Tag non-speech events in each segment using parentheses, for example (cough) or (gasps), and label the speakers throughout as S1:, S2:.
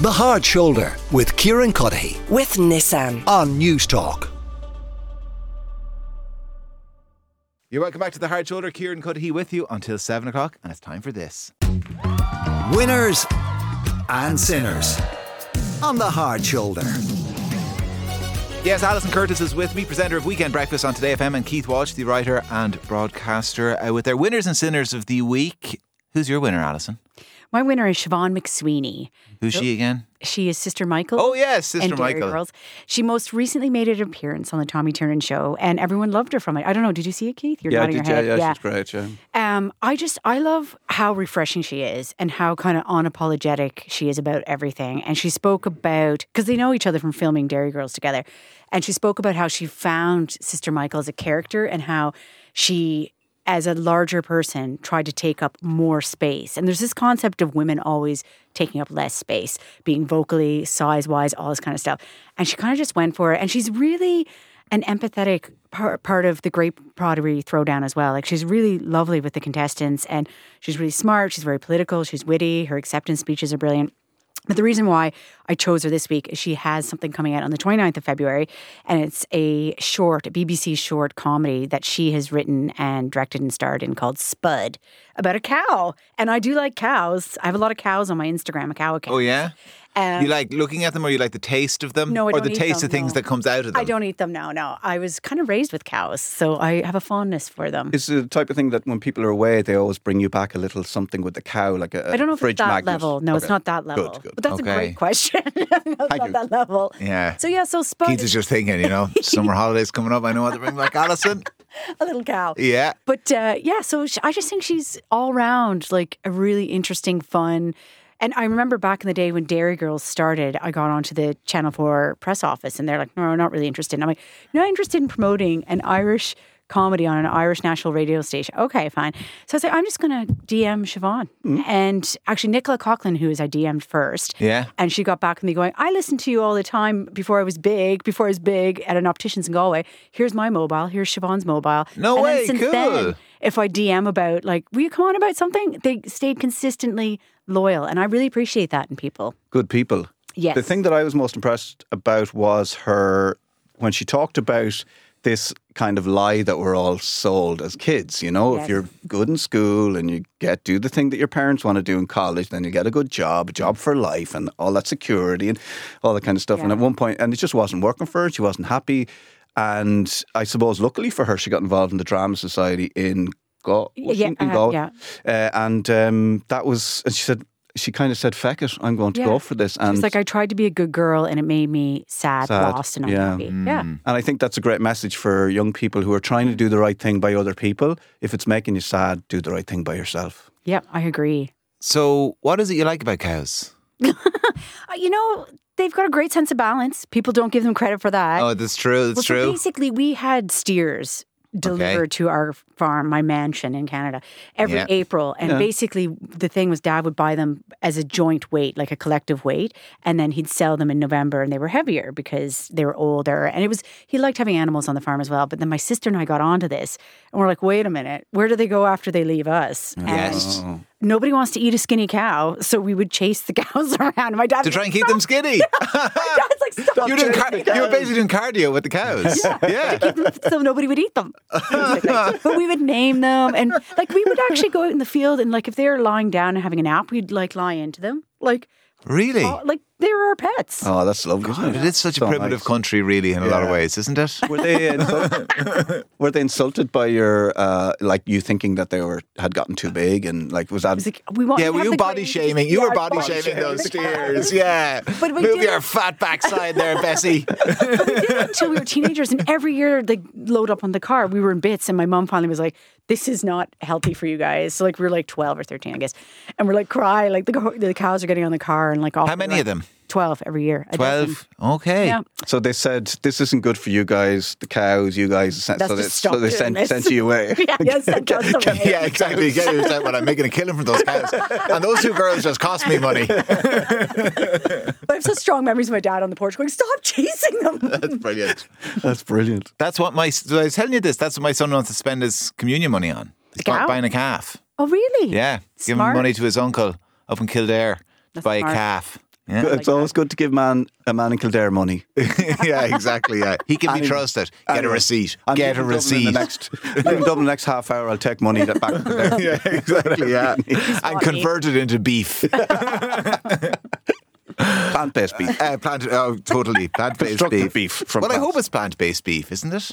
S1: The Hard Shoulder with Kieran Cuddihy
S2: with Nissan.
S1: on News Talk.
S3: You're welcome back to the Hard Shoulder. Kieran Cuddihy with you until seven o'clock, and it's time for this.
S1: Winners and sinners on The Hard Shoulder.
S3: Yes, Alison Curtis is with me, presenter of Weekend Breakfast on Today FM, and Keith Walsh, the writer and broadcaster, uh, with their winners and sinners of the week. Who's your winner, Alison?
S4: My winner is Siobhan McSweeney.
S3: Who's she again?
S4: She is Sister Michael.
S3: Oh yes, Sister
S4: and Dairy
S3: Michael.
S4: Girls. She most recently made an appearance on the Tommy Tiernan show, and everyone loved her from it. I don't know. Did you see it, Keith? You're nodding your head.
S3: great. Yeah.
S4: Um, I just I love how refreshing she is and how kind of unapologetic she is about everything. And she spoke about because they know each other from filming Dairy Girls together, and she spoke about how she found Sister Michael as a character and how she, as a larger person, tried to take up more space. And there's this concept of women always taking up less space, being vocally, size wise, all this kind of stuff. And she kind of just went for it. And she's really an empathetic par- part of the great pottery throwdown as well. Like she's really lovely with the contestants and she's really smart, she's very political, she's witty, her acceptance speeches are brilliant. But the reason why I chose her this week is she has something coming out on the 29th of February, and it's a short, a BBC short comedy that she has written and directed and starred in called Spud about a cow. And I do like cows. I have a lot of cows on my Instagram, a cow account.
S3: Oh yeah.
S4: Um,
S3: you like looking at them, or you like the taste of them,
S4: No, I
S3: or
S4: don't
S3: the
S4: eat
S3: taste
S4: them,
S3: of things
S4: no.
S3: that comes out of them.
S4: I don't eat them. No, no. I was kind of raised with cows, so I have a fondness for them.
S5: It's the type of thing that when people are away, they always bring you back a little something with the cow, like a
S4: I don't know if
S5: fridge
S4: it's that
S5: magnet.
S4: level. No, it's
S5: Okay.
S4: not that level. But
S5: Good, good.
S4: that's a
S3: Okay.
S4: great question. (laughs) That's not
S5: you.
S4: that level.
S3: Yeah.
S4: So yeah, so Spud
S3: Keith is just thinking, you
S4: (laughs)
S3: know, summer holidays coming up. I know what to bring back, Alison.
S4: a little cow.
S3: Yeah.
S4: But uh, yeah, so sh I just think she's all round like a really interesting, fun. And I remember back in the day when Dairy Girls started, I got onto the Channel 4 press office and they're like, no, we're not really interested. And I'm like, you're not interested in promoting an Irish comedy on an Irish national radio station. Okay, fine. So I was like, I'm just going to DM Siobhan. And actually, Nicola Coughlin, who is I DM'd first,
S3: Yeah.
S4: and she got back with me going, I listened to you all the time before I was big, before I was big at an optician's in Galway. Here's my mobile. Here's Siobhan's mobile.
S3: No
S4: and
S3: way,
S4: Then since
S3: cool.
S4: then, if I DM about, like, will you come on about something? They stayed consistently loyal. And I really appreciate that in people.
S5: Good people.
S4: Yes.
S5: The thing that I was most impressed about was her when she talked about this kind of lie that we're all sold as kids. You know,
S4: Yes.
S5: if you're good in school and you get do the thing that your parents want to do in college, then you get a good job, a job for life, and all that security and all that kind of stuff. And
S4: Yeah.
S5: at one point, and it just wasn't working for her. She wasn't happy. And I suppose, luckily for her, she got involved in the drama society in. Go- was she
S4: Yeah,
S5: in- in
S4: uh,
S5: Galway?
S4: yeah.
S5: Uh, and um, that was, and she said, she kind of said, feck it, I'm going to
S4: Yeah.
S5: go for this. And
S4: It's like I tried to be a good girl and it made me sad,
S5: Sad,
S4: lost, and
S5: yeah.
S4: unhappy. Yeah.
S5: And I think that's a great message for young people who are trying to do the right thing by other people. If it's making you sad, do the right thing by yourself.
S4: Yeah, I agree.
S3: So, what is it you like about cows?
S4: Uh, You know, they've got a great sense of balance. People don't give them credit for that.
S3: Oh, that's true. That's
S4: well, So
S3: true.
S4: basically, we had steers delivered to our farm, my mansion in Canada, every
S3: Yeah.
S4: April. And basically, the thing was, Dad would buy them as a joint weight, like a collective weight, and then he'd sell them in November, and they were heavier because they were older. And it was he liked having animals on the farm as well. But then my sister and I got onto this, and we're like, wait a minute, where do they go after they leave us?
S3: Mm. Yes.
S4: And nobody wants to eat a skinny cow, so we would chase the (laughs) cows around. My dad
S3: to try and
S4: (laughs)
S3: keep them skinny.
S4: Dad's like,
S3: (laughs)
S4: stop
S3: you were doing
S4: chasing
S3: car- you were basically doing cardio with the cows. (laughs) yeah.
S4: so nobody would eat them. but we would name them, and like we would actually go out in the field, and like if they were lying down and having a nap, we'd like lie into them, like
S3: Really?
S4: oh, like they were our pets.
S5: Oh, that's lovely. isn't
S3: God, it is such a
S5: So
S3: primitive
S5: nice.
S3: country, really, in a lot of
S5: Yeah.
S3: ways, isn't it?
S5: Were they insulted? were they insulted by your uh, like you thinking that they were had gotten too big and like was that
S4: It's like we want.
S3: Yeah,
S4: to
S3: were
S4: have
S3: you
S4: the
S3: body
S4: greatest-
S3: shaming? You were
S4: Yeah,
S3: body, shaming
S4: (laughs)
S3: those
S4: the cows.
S3: steers. Yeah.
S4: But we
S3: Move
S4: did-
S3: your fat backside there, Bessie.
S4: until we were teenagers, and every year they load up on the car. We were in bits, and my mom finally was like, "This is not healthy for you guys." So like we were like twelve or thirteen, I guess, and we're like cry like the, co- the cows are getting on the car and like off.
S3: How many of them?
S4: Twelve every year. a dozen.
S3: Twelve. Okay.
S4: Yeah.
S5: so they said this isn't good for you guys, the cows, you guys sent,
S4: That's
S5: so, they,
S4: just stop
S5: so they
S4: doing
S5: sent,
S4: this.
S5: sent you away.
S4: (laughs) Yeah,
S5: (laughs)
S4: yes, that does sound
S3: Yeah, exactly. Get your time when I'm making a killing from those cows. And those two girls just cost me money.
S4: But I have such strong memories of my dad on the porch going, stop chasing
S5: (laughs)
S4: them.
S3: That's brilliant.
S5: That's brilliant.
S3: That's what my, so I was telling you this, that's what my son wants to spend his communion money on. He's
S4: cow?
S3: buying a calf.
S4: oh, really?
S3: Yeah. Giving
S4: Smart.
S3: money to his uncle up in Kildare to buy a
S4: smart.
S5: (laughs)
S3: calf. Yeah. (laughs)
S5: It's always good to give man a man in Kildare money.
S3: yeah, exactly. Yeah, he can be trusted. Get a
S5: Anyway,
S3: receipt.
S5: I'm
S3: Get a
S5: leaving Dublin
S3: receipt.
S5: In the next, leaving Dublin next half hour, I'll take money that back. To (laughs) there.
S3: yeah, exactly. (laughs) Yeah, and
S4: funny.
S3: convert it into beef.
S5: (laughs) Plant based (laughs) beef.
S3: Uh, plant. Oh, totally (laughs) plant-based
S5: Constructed
S3: beef.
S5: beef from
S3: well, I
S5: plants.
S3: hope it's plant-based beef, isn't it?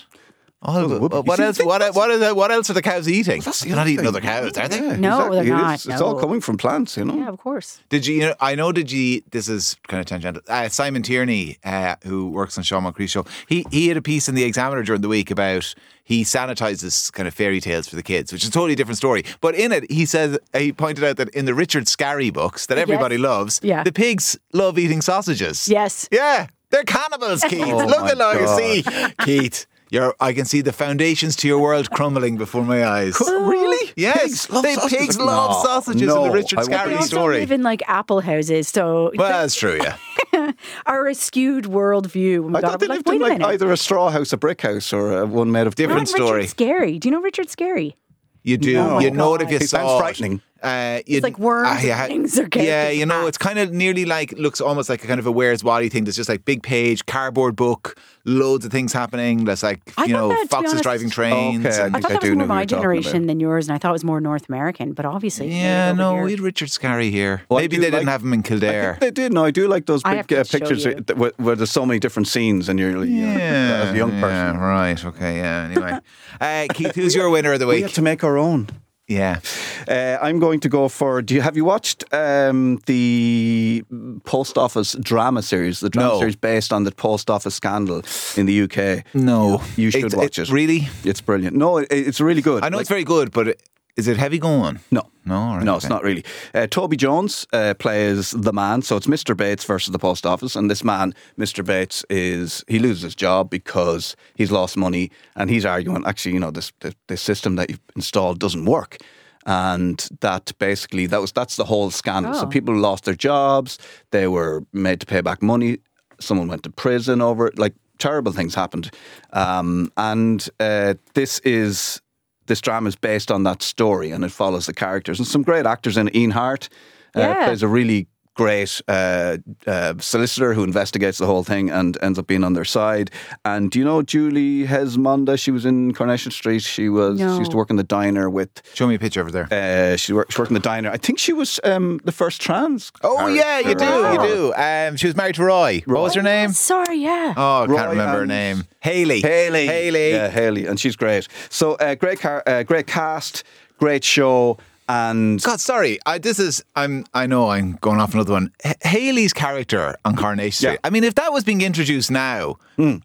S5: Well, it would be.
S3: Oh, what
S5: You
S3: else?
S5: think
S3: What, what, is, what else are the cows eating?
S5: that's the
S3: They're not
S5: other
S3: eating
S5: thing.
S3: other cows, are they?
S5: Yeah,
S4: No, they're
S5: exactly. It
S4: not,
S5: is. It's all
S4: no.
S5: coming from plants, you know.
S4: Yeah, of course.
S3: Did you, you know? I know. Did you? This is kind of tangential. Uh, Simon Tierney, uh, who works on Sean Moncrief's show, he he had a piece in the Examiner during the week about he sanitizes kind of fairy tales for the kids, which is a totally different story. But in it, he says he pointed out that in the Richard Scarry books that everybody loves,
S4: Yeah.
S3: the pigs love eating sausages.
S4: Yes.
S3: Yeah, they're
S5: (laughs)
S3: cannibals, Keith.
S5: Oh
S3: Look
S5: my
S3: at all you
S5: God.
S3: see, Keith. You're, I can see the foundations to your world crumbling before my eyes.
S5: Really?
S3: Yes,
S5: Pigs love
S3: they,
S5: sausages.
S3: pigs love
S5: No,
S3: sausages in
S5: no,
S3: the Richard
S5: I won't be
S3: Scarry
S5: eating-
S4: They also
S3: story.
S4: live in like apple houses, so
S3: Well, that's true,
S5: (laughs)
S3: yeah.
S4: our skewed worldview. when we
S5: I
S4: got
S5: thought
S4: up,
S5: they
S4: we're
S5: lived
S4: like,
S5: in
S4: wait a
S5: like
S4: minute.
S5: either a straw house, a brick house, or uh one made of
S4: Not
S3: Different
S4: Richard
S3: story.
S4: Scary. Do you know Richard Scary?
S3: You do.
S5: No.
S3: You know it if you
S5: It Oh sounds
S3: saw
S5: frightening.
S3: It. Uh, you,
S4: It's like worms
S3: Ah,
S4: and things are characters
S3: Yeah, you
S4: and
S3: know,
S4: that.
S3: it's kind of nearly like looks almost like a kind of a Where's Wally thing. That's just like big page, cardboard book, loads of things happening. There's like
S4: I
S3: you
S4: thought
S3: know
S4: that, to be
S3: foxes
S4: honest-
S3: driving trains.
S5: Okay, I
S3: and-
S4: I
S5: think
S4: thought that
S5: do
S4: was
S5: know
S4: more
S5: who you're
S4: my
S5: talking
S4: generation
S5: about.
S4: than yours, and I thought it was more North American. But obviously,
S3: yeah,
S4: over
S3: no,
S4: here-
S3: we had Richard Scarry here.
S5: Well, I
S3: Maybe
S5: do
S3: they didn't
S5: like-
S3: have him in Kildare.
S5: They did. No, I do like those
S4: I
S5: big
S4: have to
S5: uh,
S4: show
S5: pictures
S4: you.
S5: that- where, where there's so many different scenes, and you're, you know, as a young person.
S3: Yeah, right. Okay. Yeah.
S5: (laughs)
S3: Anyway, uh, Keith, who's your winner of the
S5: We
S3: week?
S5: had to make our own.
S3: yeah.
S5: Uh, I'm going to go for. Do you have you watched um, the post office drama series? The drama
S3: No.
S5: series based on the post office scandal in the UK.
S3: No,
S5: you should
S3: It's-
S5: watch
S3: it's
S5: it.
S3: Really,
S5: It's brilliant. No, it, it's really good.
S3: I know
S5: Like-
S3: it's very good, but is it heavy going?
S5: No.
S3: No, all right,
S5: no, it's
S3: okay.
S5: not really. Uh, Toby Jones uh, plays the man, so it's Mr. Bates versus the post office, and this man, Mr. Bates, is he loses his job because he's lost money, and he's arguing actually, you know, this this, this system that you've installed doesn't work, and that basically that was that's the whole scandal. So
S4: Oh.
S5: people lost their jobs, they were made to pay back money, someone went to prison over it, like terrible things happened, um, and uh, this is this drama is based on that story and it follows the characters and some great actors in it. Ian Hart uh,
S4: Yeah.
S5: plays a really great uh, uh, solicitor who investigates the whole thing and ends up being on their side. And do you know Julie Hesmonda? She was in Coronation Street. She was she used to
S4: No.
S5: work in the diner with.
S3: Show me a picture over there.
S5: Uh, she worked, she worked in the diner. I think she was um, the first trans.
S3: Oh yeah, you do,
S5: character.
S3: you do. Um, she was married to Roy. What was her name?
S4: Sorry, yeah.
S3: Oh, I can't
S5: Roy
S3: remember her
S5: and-
S3: name. Haley.
S5: Haley.
S3: Haley.
S5: Yeah, Haley, and she's great. So uh, great, car- uh, great cast, great show, and
S3: God, sorry. I, this is. I'm. I know. I'm going off another one. H- Haley's character on Coronation Street.
S5: Yeah.
S3: I mean, if that was being introduced now,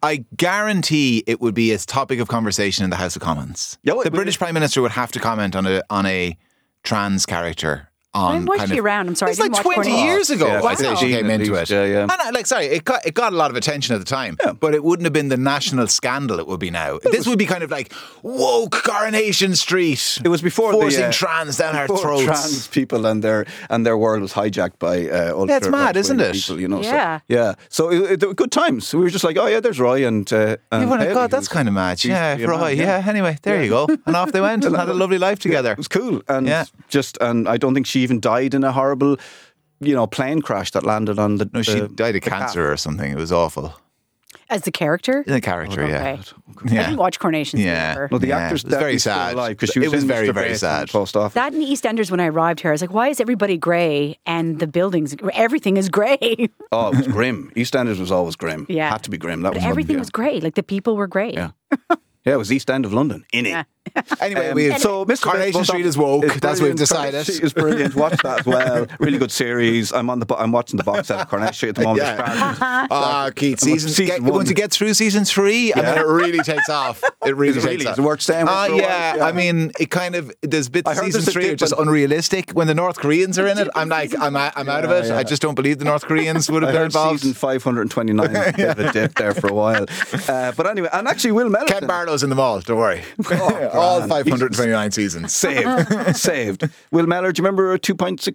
S3: I guarantee it would be a topic of conversation in the House of Commons.
S5: Yeah, well,
S3: the
S5: it would
S3: British Prime Minister would have to comment on a on a trans character. On
S4: When was
S3: kind
S4: she
S3: of-
S4: around? I'm sorry, I
S3: It's like
S4: didn't watch
S3: 20
S4: Coronation.
S3: years ago.
S5: Yeah,
S3: I think she
S5: 15
S3: came
S5: at
S3: into
S5: least.
S3: it.
S5: Yeah, yeah.
S3: And I, like, sorry, it got, it got a lot of attention at the time, but it wouldn't have been the national scandal it would be now. this would be kind of like woke Coronation Street.
S5: It was before the,
S3: forcing
S5: uh,
S3: trans down our
S5: Poor
S3: throats.
S5: Trans people and their and their world was hijacked by uh, ultra.
S3: it's mad,
S5: right-wing
S3: isn't it?
S5: People, you know,
S4: Yeah.
S5: So, yeah. So it, it, there were good times. We were just like, oh yeah, there's Roy and. Uh, and
S3: You went,
S5: Haley,
S3: God, that's
S5: who's-
S3: kind of mad.
S5: she used
S3: Yeah,
S5: to be a
S3: right.
S5: man,
S3: yeah. anyway, there you go. And off
S5: (laughs)
S3: they went and had a lovely life together.
S5: It was cool, and
S3: Yeah.
S5: just and I don't think she even died in a horrible, you know, plane crash that landed on the.
S3: No, she died of cancer or something. It was awful.
S4: As the character,
S3: In the character, yeah.
S4: okay. I
S3: Yeah.
S4: didn't watch Coronation. Street
S3: Yeah.
S4: ever.
S5: Well, the
S3: Yeah,
S5: actors
S3: it was very
S5: definitely still
S3: sad.
S5: alive 'cause she
S3: It
S5: was,
S3: was
S5: in
S3: very,
S5: Mr.
S3: very
S5: Bates
S3: sad.
S5: in the Post office.
S4: That and the EastEnders. When I arrived here, I was like, "Why is everybody grey and the buildings? Everything is (laughs) grey.
S5: oh, it was grim. EastEnders was always grim.
S4: Yeah.
S5: had to be grim. That
S4: But
S5: was
S4: everything
S5: yeah.
S4: was grey. Like the people were grey.
S5: Yeah. Yeah, it was East End of London, in it.
S3: Anyway, we,
S5: so Mr.
S3: Coronation
S5: Baseball
S3: Street
S5: Dog
S3: is woke. That's what we've
S5: brilliant.
S3: decided.
S5: Coronation Street is brilliant. Watch that as well. (laughs) Really good series. I'm on the. bo- I'm watching the box set of Coronation Street at (laughs) the
S3: (laughs)
S5: moment. It's grand.
S3: Ah, Keith, season,
S5: season
S3: get,
S5: one.
S3: once you get through season three, and
S5: (laughs)
S3: then it really takes off. It really
S5: Is it
S3: takes
S5: really?
S3: off.
S5: Is it worth staying with
S3: Ah,
S5: for a while?
S3: yeah,
S5: Yeah.
S3: I mean, it kind of there's bits
S5: I
S3: of
S5: heard
S3: season
S5: there's a
S3: three are
S5: dip
S3: just
S5: in-
S3: unrealistic. When the North Koreans are in it, I'm like, I'm out- I'm out of it.
S5: Yeah,
S3: I
S5: yeah.
S3: just don't believe the North Koreans would have
S5: I
S3: been
S5: heard
S3: involved.
S5: season (laughs) 529 was a bit of a dip there for a while. Uh, but anyway, and Oh, actually, Will Mellon.
S3: Ken Barlow's in the mall. Don't
S5: (laughs)
S3: worry. All 529 seasons.
S5: Saved. saved. Will Mellor, do you remember two pints of,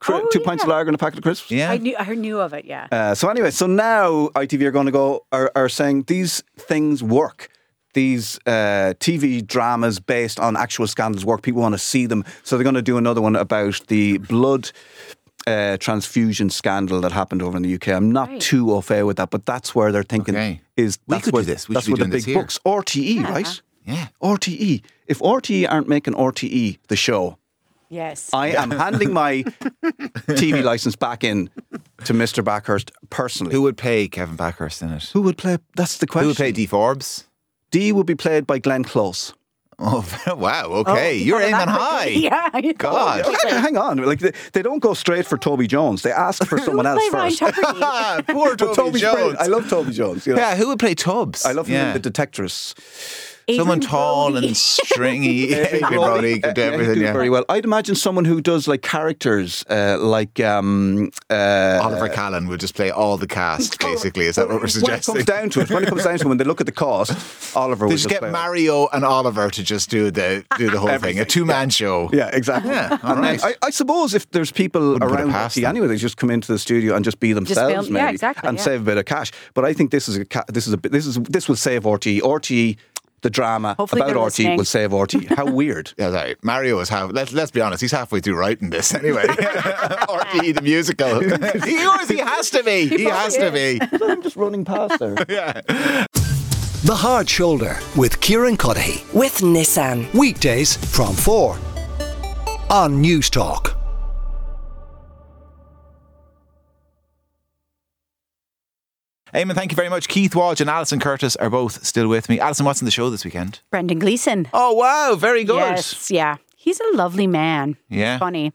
S5: cri-
S4: Oh,
S5: two pints of
S4: yeah.
S5: lager and a packet of crisps?
S4: I knew. I knew of it. Yeah.
S5: Uh, so anyway, so now ITV are going to go are, are saying these things work. These uh, TV dramas based on actual scandals work. People want to see them, so they're going to do another one about the blood. uh, transfusion scandal that happened over in the UK. I'm not
S4: Right.
S5: too au fait with that, but that's where they're thinking
S3: Okay.
S5: is
S3: We
S5: that's
S3: could do
S5: where,
S3: this. We
S5: that's
S3: should be
S5: where the
S3: doing this
S5: big
S3: here.
S5: books, RTE, E, right?
S3: Yeah.
S5: RTE. If RTE aren't making RTE the show,
S4: Yes.
S5: I am
S3: (laughs)
S5: handing my TV license back in to Mr. Backhurst personally.
S3: Who would play Kevin Backhurst in it?
S5: Who would play? That's the
S3: Who
S5: question.
S3: would play D Forbes?
S5: D would be played by Glenn Close.
S3: (laughs) Oh, wow. Okay.
S5: Oh,
S3: You're aiming
S5: (laughs)
S3: high.
S4: (laughs) Yeah.
S3: God.
S5: Okay, Hang on, like they, they don't go straight for Toby Jones.
S3: (laughs)
S5: They ask for someone else
S4: Play Ryan
S5: first.
S4: Tucker.
S3: Ah, (laughs) poor (laughs)
S5: But
S3: Toby
S5: Toby's
S3: Jones.
S5: brilliant. I love Toby Jones. you know.
S3: yeah, who would play Tubbs?
S5: I love him
S3: yeah.
S5: in The Detectress.
S3: Someone
S4: Adrian
S3: tall
S4: Brody.
S3: and
S5: (laughs)
S3: stringy. Adrian Brody could do
S5: Yeah, he'd
S3: everything,
S5: do
S3: yeah.
S5: very well. I'd imagine someone who does like characters uh, like um, uh,
S3: Oliver Callan would just play all the cast, basically. Is that what we're suggesting?
S5: When it comes down to it, when it comes down to it, when they look at
S3: (laughs)
S5: the cost, Oliver
S3: they
S5: would
S3: just
S5: just
S3: get
S5: play it.
S3: Mario and Oliver to just do the do the whole thing. A two man show.
S5: Yeah, exactly.
S3: Yeah, all
S5: and then
S3: right.
S5: I, I suppose if there's people
S3: Wouldn't put it
S5: around
S3: past
S5: RTE
S3: them.
S5: anyway, they just come into the studio and just be themselves,
S4: film- yeah,
S5: maybe,
S4: exactly,
S5: and
S4: yeah.
S5: save a bit of cash. But I think this is a ca- this is a bit- this is this will save RTE. RTE, the drama
S4: Hopefully
S5: about
S4: they're listening.
S5: RTE will
S4: (laughs)
S5: save RTE. How weird!
S3: Yeah, sorry. Mario is half. Let's let's be honest. He's halfway through writing this anyway. (laughs) or he, the musical. (laughs) he, or he has to be. He, has to be.
S5: I'm just running past there.
S1: The Hard Shoulder with Kieran Cuddihy.
S2: with Nissan.
S1: Weekdays from 4 on News Talk.
S3: Eamon, thank you very much. Keith Walsh and Alison Curtis are both still with me. Alison, what's in the show this weekend?
S4: Brendan Gleeson.
S3: Oh wow, very good.
S4: Yes, yeah. He's a lovely man.
S3: Yeah.
S4: Funny.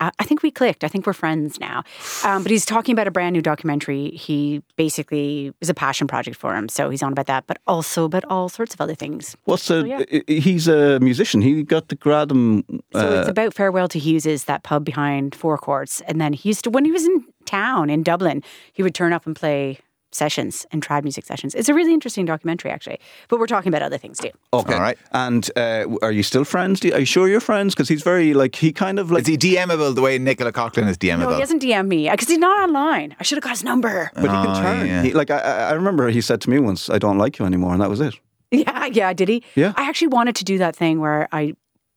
S4: Uh, I think we clicked. I think we're friends now. Um, but he's talking about a brand new documentary. He basically is a passion project for him. So he's on about that, but also about all sorts of other things.
S5: (laughs) What's the?
S4: Oh, yeah.
S5: i- i- He's a musician. He got the Gradam.
S4: So it's
S5: Uh,
S4: about Farewell to Hughes's, that pub behind Four Courts. And then he used to, when he was in town in Dublin, he would turn up and play sessions and tribe music sessions. It's a really interesting documentary, actually. But we're talking about other things too.
S5: Okay.
S3: All right.
S5: And uh, are you still friends? Do you- Are you sure you're friends? Because he's very like he kind of like
S3: Is he DMable the way Nicola Coughlin is DMable?
S4: No, he hasn't DM me because he's not online. I should have got his number. (laughs)
S5: But he can turn.
S3: Oh, yeah.
S5: He, like I, I I remember, he said to me once, "I don't like you anymore," and that was it.
S4: Yeah, yeah, did he?
S5: Yeah.
S4: I actually wanted to do that thing where I,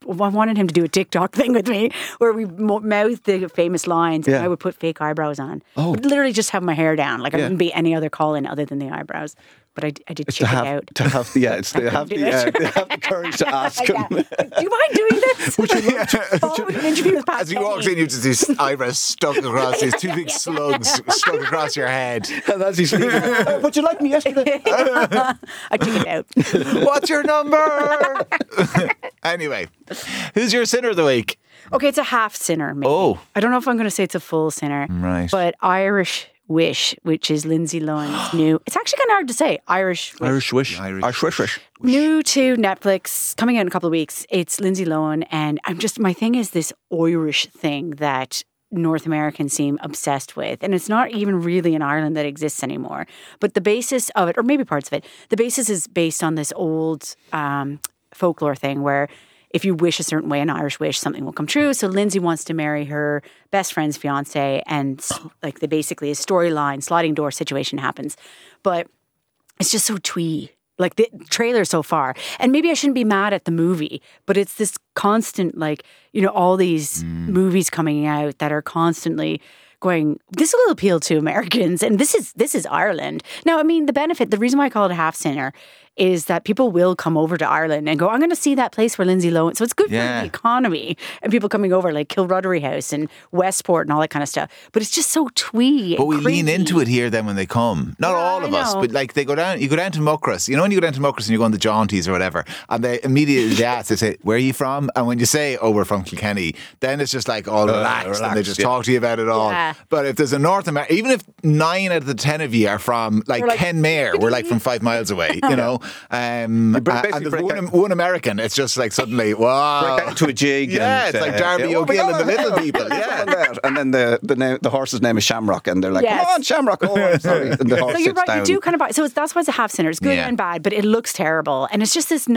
S4: I wanted him to do a TikTok (laughs) thing with me, where we mo- mouth the famous lines,
S5: Yeah.
S4: and I would put fake eyebrows on.
S5: Oh.
S4: Would literally just have my hair down, like I
S5: Yeah.
S4: wouldn't be any other call in other than the eyebrows. But I, d- I did
S5: to
S4: check
S5: have
S4: it out.
S5: to have the (laughs) yeah, it's to have
S4: do
S5: the, uh,
S4: it.
S5: to have the courage
S4: (laughs)
S5: to ask him.
S4: Yeah. Do you mind doing
S3: (laughs)
S4: this? Would you love (laughs) an interview with Pat
S3: As he walks in,
S4: Kenny.
S3: you just these eyebrows stuck across these two
S4: (laughs)
S3: big slugs stuck across your head.
S5: And as he's leaving, "Oh, would you like me yesterday?
S4: I took it
S3: (laughs)
S4: out.
S3: What's your
S4: (laughs)
S3: number? anyway, who's your sinner of the week?
S4: Okay, it's a half sinner. Maybe.
S3: Oh.
S4: I don't know if I'm going to say it's a full sinner.
S3: Right.
S4: But Irish Wish, which is Lindsay Lohan's new. It's actually kind of hard to say. Irish Wish.
S5: Irish wish,
S3: Irish
S5: Irish wish, wish.
S4: New to Netflix, coming out in a couple of weeks. It's Lindsay Lohan, and I'm just my thing is this Irish thing that North Americans seem obsessed with, and it's not even really in Ireland that exists anymore. But the basis of it, or maybe parts of it, the basis is based on this old um, folklore thing where if you wish a certain way, an Irish wish, something will come true. So Lindsay wants to marry her best friend's fiance, and like the basically a storyline sliding door situation happens, but it's just so twee. Like the trailer so far, and maybe I shouldn't be mad at the movie, but it's this constant, like you know, all these
S3: Mm.
S4: movies coming out that are constantly going. This will appeal to Americans, and this is this is Ireland. Now, I mean, the benefit, the reason why I call it a half sinner, is that people will come over to Ireland and go, "I'm going to see that place where Lindsay Lohan." So it's good
S3: Yeah.
S4: for the economy and people coming over, like Kilruddery House and Westport and all that kind of stuff. But it's just so twee.
S3: But we lean
S4: into it.
S3: into it here then when they come. Not
S4: Yeah,
S3: all
S4: I
S3: of us,
S4: know.
S3: but like they go down, you go down to Muckross. You know, when you go down to Muckross and you go on the Jaunties or whatever, and they immediately they ask, they say, Where are you from? And when you say, Oh, we're from Kilkenny, then it's just like all relaxed, and they
S5: Uh, relaxed,
S3: just
S5: yeah.
S3: talk to you about it all.
S4: Yeah.
S3: But if there's a North America, even if nine out of the 10 of you are from like,
S4: We're like-
S3: Ken Mayer, we're like from five miles
S4: (laughs)
S3: away, you know? Um, uh,
S5: break- basically
S3: and there's
S5: break
S3: one,
S5: out-
S3: one American, it's just like suddenly, wow.
S5: Back to a jig.
S3: Yeah,
S5: and,
S3: it's like
S5: uh,
S3: Darby
S5: yeah, oh my
S3: O'Gill and
S5: God,
S3: the Little
S5: hello.
S4: (laughs)
S5: (laughs)
S3: People. Yeah.
S5: There. And then the the, name, the horse's name is Shamrock, and they're like,
S4: Yes.
S5: "Come on, Shamrock!" Oh, I'm (laughs) sorry. And the horse
S4: So you're
S5: sits
S4: right.
S5: down.
S4: You do kind of buy. So it's, that's why it's a half center. It's good
S3: Yeah.
S4: and bad, but it looks terrible. And it's just this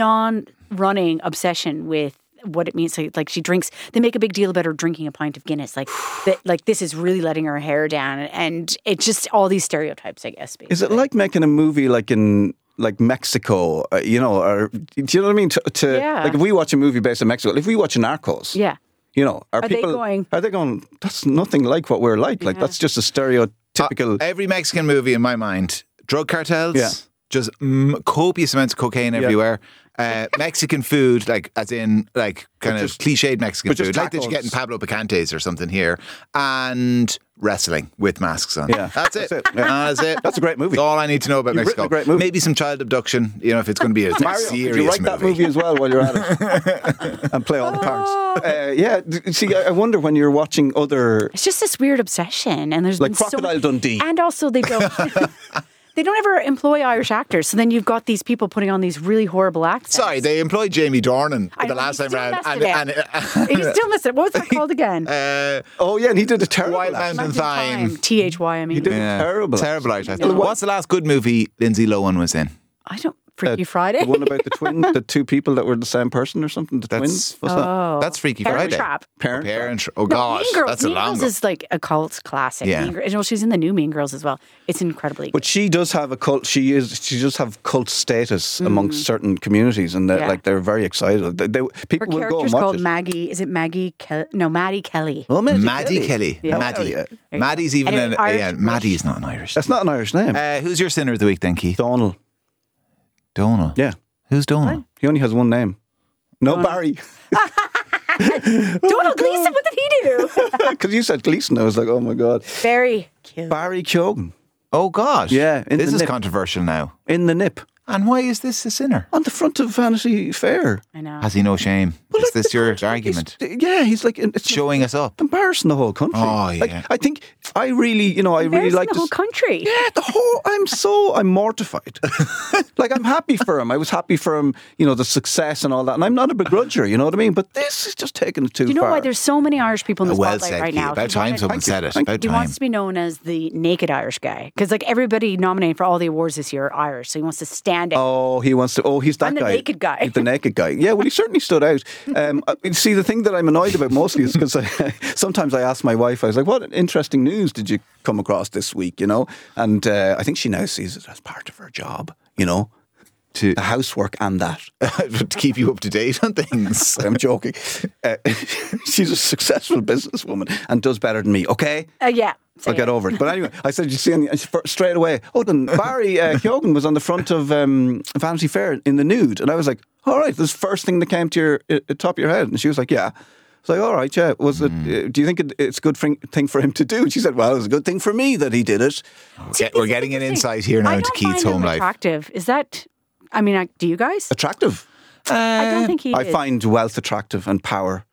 S4: non-running obsession with what it means. So it's like she drinks. They make a big deal about her drinking a pint of Guinness.
S5: (sighs)
S4: Like that. Like this is really letting her hair down. And it's just all these stereotypes, I guess.
S5: Is it like making a movie like in like Mexico? Uh, you know, or do you know what I mean? To, to
S4: Yeah.
S5: like if we watch a movie based in Mexico, if we watch Narcos,
S4: Yeah.
S5: You know, are,
S4: Are they
S5: people
S4: going-
S5: are they going? That's nothing like what we're like. Like
S4: Yeah.
S5: that's just a stereotypical.
S3: Every Mexican movie in my mind, drug cartels,
S5: Yeah.
S3: just mm, copious amounts of cocaine everywhere. Uh, Mexican food, like as in like kind of
S5: just-
S3: cliched Mexican
S5: but just
S3: food, like that you get
S5: tacos.
S3: in Pablo Picante's or something here, and wrestling with masks on.
S5: Yeah.
S3: that's it.
S5: That's it. Yeah.
S3: That's it.
S5: That's a great movie.
S3: That's all I need to know about
S5: You've written
S3: Mexico.
S5: a great movie.
S3: Maybe some child abduction. You know, if it's going to be a it's a
S5: (laughs) Mario, could
S3: serious
S5: you write that movie as well while you're at it (laughs) and play all the parts. Uh, yeah, d- see, I I wonder when you're watching other
S4: It's just this weird obsession, and there's
S5: Like
S4: been so
S5: Crocodile
S4: much-
S5: Dundee.
S4: and also they
S5: (laughs)
S4: don't. (laughs) They don't ever employ Irish actors, so then you've got these people putting on these really horrible accents.
S3: Sorry, they employed Jamie Dornan
S4: I
S3: the
S4: know,
S3: last
S4: he
S3: time
S4: still
S3: round.
S4: messed it up. you still missed it. What was
S5: (laughs)
S4: that called
S3: (laughs)
S4: again?
S3: uh,
S5: Oh yeah, and he did a terrible.
S3: Wild
S5: accent.
S3: Mountain Thyme.
S4: T H Y. I mean,
S5: did. Terrible
S3: Terrible Irish accent.
S5: Well, what-
S3: What's the last good movie Lindsay Lohan was in?
S4: I don't. Freaky
S5: Uh,
S4: Friday.
S5: The one about the twin, the two people that were the same person or something. The twins. What's that?
S4: (laughs) Oh.
S3: That's Freaky
S4: Parent
S3: Friday.
S4: Trap.
S5: Parent.
S3: Parent. Tra- Oh
S4: No,
S3: gosh,
S4: mean Girls.
S3: that's a
S4: mean
S3: long
S4: Girls
S3: one.
S4: is like a cult classic.
S3: Yeah.
S4: Mean Girls, you know, she's in the new Mean Girls as well. It's incredibly.
S5: But she does have a cult. She is. She does have cult status amongst certain communities, and they're,
S4: Mm. Yeah.
S5: like they're very excited. They, they-
S4: good. Her
S5: people will go and
S4: character's
S5: watch
S4: called
S5: it.
S4: Maggie. Is it Maggie? Kel- no, Maddie
S3: (laughs)
S4: Kelly.
S5: Oh,
S3: Maddie Kelly.
S4: Yeah.
S3: Maddie.
S5: Hell
S4: yeah.
S3: Maddie's even an.
S4: Anyway, Irish-
S3: yeah, Maddie's not an Irish.
S5: That's not an Irish name.
S3: Uh, who's your sinner of the week then, Keith?
S5: Donald.
S3: Donal.
S5: Yeah,
S3: Who's Donal?
S5: he only has one name. No Barry,
S4: Donald Gleason. What did he
S3: (laughs)
S4: do?
S5: (laughs) because you said Gleason. I was like, oh my god,
S4: Very cute.
S5: Barry Keoghan
S3: Oh gosh.
S5: Yeah, in
S3: This
S5: the
S3: is
S5: nip.
S3: controversial now.
S5: in the nip
S3: And why is this a sinner?
S5: on the front of Vanity Fair.
S4: I know.
S3: Has he no shame? is this your argument?
S5: Yeah, he's like it's
S3: Showing us up.
S5: embarrassing the whole country.
S3: Oh,
S5: Like,
S3: yeah.
S5: I think I really, you know, I really
S4: Embarrassing
S5: like
S4: the whole
S5: this.
S4: country.
S5: Yeah, the whole. I'm so. I'm (laughs) mortified. like I'm happy for him. I was happy for him. You know the success and all that. And I'm not a begrudger. You know what I mean. But this is just taking it too
S4: Do you know
S5: far.
S4: why there's so many Irish people in the
S3: Well
S4: spotlight
S3: said,
S4: right
S3: Keith.
S4: now?
S3: About
S4: He
S3: time
S4: wanted-
S3: someone said it. About
S4: He
S3: time.
S4: wants to be known as the naked Irish guy because, like, everybody nominated for all the awards this year are Irish, so he wants to stand out.
S5: Oh, he wants to. Oh, he's that
S4: I'm the
S5: guy.
S4: naked guy.
S5: He's the naked guy. Yeah, well, he certainly stood out.
S4: (laughs)
S5: Um, I- you see, the thing that I'm annoyed about mostly is because I, (laughs) sometimes I ask my wife, I was like, "What interesting news did you come across this week?" You know, and uh, I think she now sees it as part of her job. You know,
S3: To,
S5: the housework and that. (laughs)
S3: (laughs) to keep you up to date on
S4: (laughs)
S3: things.
S5: I'm joking. Uh, (laughs) she's a successful businesswoman and does better than me. Okay.
S4: Uh, yeah.
S5: I'll
S4: say it.
S5: get over it. But anyway, I said, you see, and she- fir- straight away, oh, then Barry uh, Keoghan was on the front of um, Vanity Fair in the nude. And I was like, all right, this is the first thing that came to your uh, uh, top of your head. And she was like, yeah. I was like, all right, yeah. Was it? Uh, do you think it, it's a good thing, thing for him to do? And she said, well, it was a good thing for me that he did it.
S3: Get- we're getting an insight here now
S4: I
S3: into
S4: don't
S3: Keith's
S4: find him
S3: home life.
S4: Attractive? Is that? I mean, I, do you guys?
S5: Attractive.
S4: I
S3: Uh,
S4: don't think he.
S5: I
S4: is.
S5: find wealth attractive and power.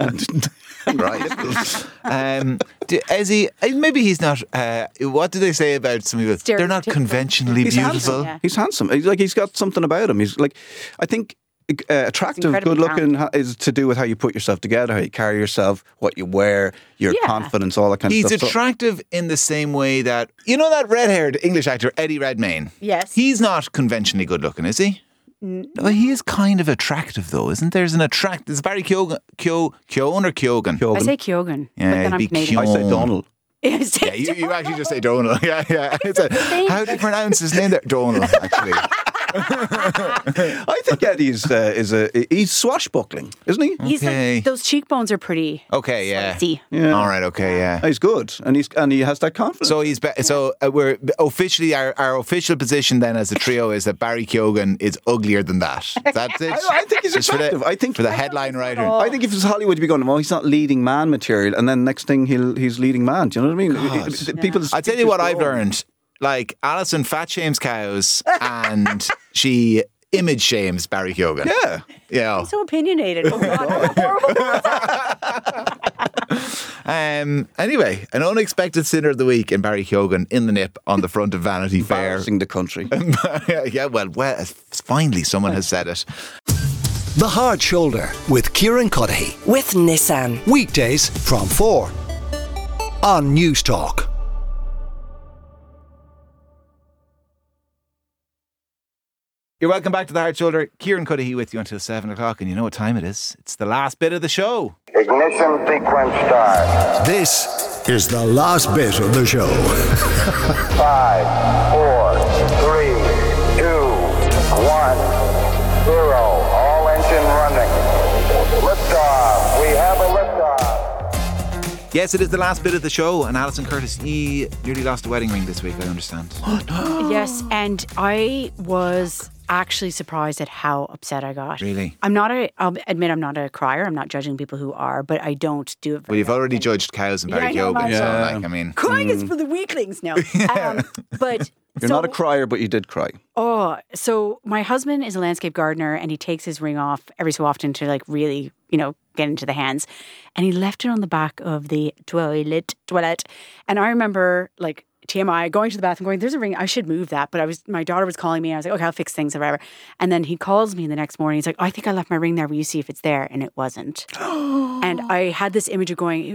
S5: and, (laughs)
S3: right. um, do, is he? uh, Maybe he's not. Uh, what do they say about some people? They're not
S4: Stereotypical.
S3: conventionally
S5: He's
S3: beautiful.
S5: handsome. He's handsome. He's like he's got something about him. He's like, I think uh, attractive,
S4: incredibly
S5: good looking ha- is to do with how you put yourself together, how you carry yourself, what you wear, your
S4: Yeah.
S5: confidence, all that kind
S3: He's
S5: of stuff. So-
S3: attractive in the same way that you know that red-haired English actor Eddie Redmayne.
S4: Yes.
S3: He's not conventionally good-looking, is he? No, he is kind of attractive though, isn't there? There's an attract. Is Barry Keoghan, Keo, Keown or Keoghan?
S5: Keoghan.
S4: I say Keoghan.
S3: Yeah,
S4: but then
S3: it'd
S4: I'm
S3: be
S4: Canadian. (laughs)
S5: I say Donald.
S4: I say
S3: Yeah, you, you actually just say Donald. (laughs) Yeah, yeah. It's a, how do you pronounce his name there? Donald, actually.
S5: I think Eddie's uh, is a he's swashbuckling, isn't he?
S4: He's
S3: Okay.
S4: like, those cheekbones are pretty.
S3: Okay, yeah.
S4: Spicy.
S5: Yeah.
S3: All right, okay, yeah.
S5: He's good, and he's and he has that confidence.
S3: So he's be- so uh, we're officially our, our official position then as a trio is that Barry Keoghan is uglier than that. That's it.
S5: (laughs) I, I think he's
S3: Just for the-
S5: attractive. I think
S3: for the headline writer.
S5: I think if it's Hollywood, you'd be going, well, he's not leading man material, and then next thing he'll he's leading man. Do you know what I mean? People.
S3: I tell you what I've learned. Like Alison fat shames
S5: (laughs)
S3: cows and she image shames Barry Keoghan.
S5: Yeah.
S3: Yeah.
S4: So
S3: (laughs)
S4: opinionated. Oh, God, (laughs) I'm a horrible person.
S3: Um, anyway, an unexpected sinner of the week in Barry Keoghan in the nip on the front of Vanity Fair.
S5: Embarrassing the
S3: (laughs)
S5: country.
S3: yeah, well, well, finally someone has said it.
S1: The Hard Shoulder with Kieran Cuddihy.
S2: with Nissan.
S1: Weekdays from 4 on News Talk.
S3: You're welcome back to the Hard Shoulder. Kieran Cuddihy with you until seven o'clock, and you know what time it is. It's the last bit of the show.
S6: Ignition sequence start.
S1: This is the last bit of the show.
S6: Five, four, three, two, one, zero. All engine running. Liftoff. We
S3: Yes, it is the last bit of the show, and Alison Curtis, you nearly lost a wedding ring this week, I
S4: (gasps)
S3: understand.
S4: Yes, and I was actually surprised at how upset I got.
S3: Really?
S4: I'm not a. I'll admit I'm not a crier. I'm not judging people who are, but I don't do it.
S3: Well,
S4: Very
S3: you've already Mm. judged cows and
S4: Yeah, I
S3: Barry
S4: know,
S3: Keoghan, so,
S5: Yeah.
S3: like, I mean,
S4: crying is for the weaklings.
S3: (laughs)
S4: No, um, but
S5: You're
S4: so-
S5: not a crier, but you did cry.
S4: Oh, so my husband is a landscape gardener and he takes his ring off every so often to like really, you know, get into the hands. And he left it on the back of the toilet, toilet. And I remember like TMI going to the bathroom, going, there's a ring. I should move that. But I was, my daughter was calling me and I was like, okay, I'll fix things or whatever. And then he calls me the next morning. He's like, I think I left my ring there. Will you see if it's there? And it
S3: (gasps)
S4: wasn't. and I had this image of going,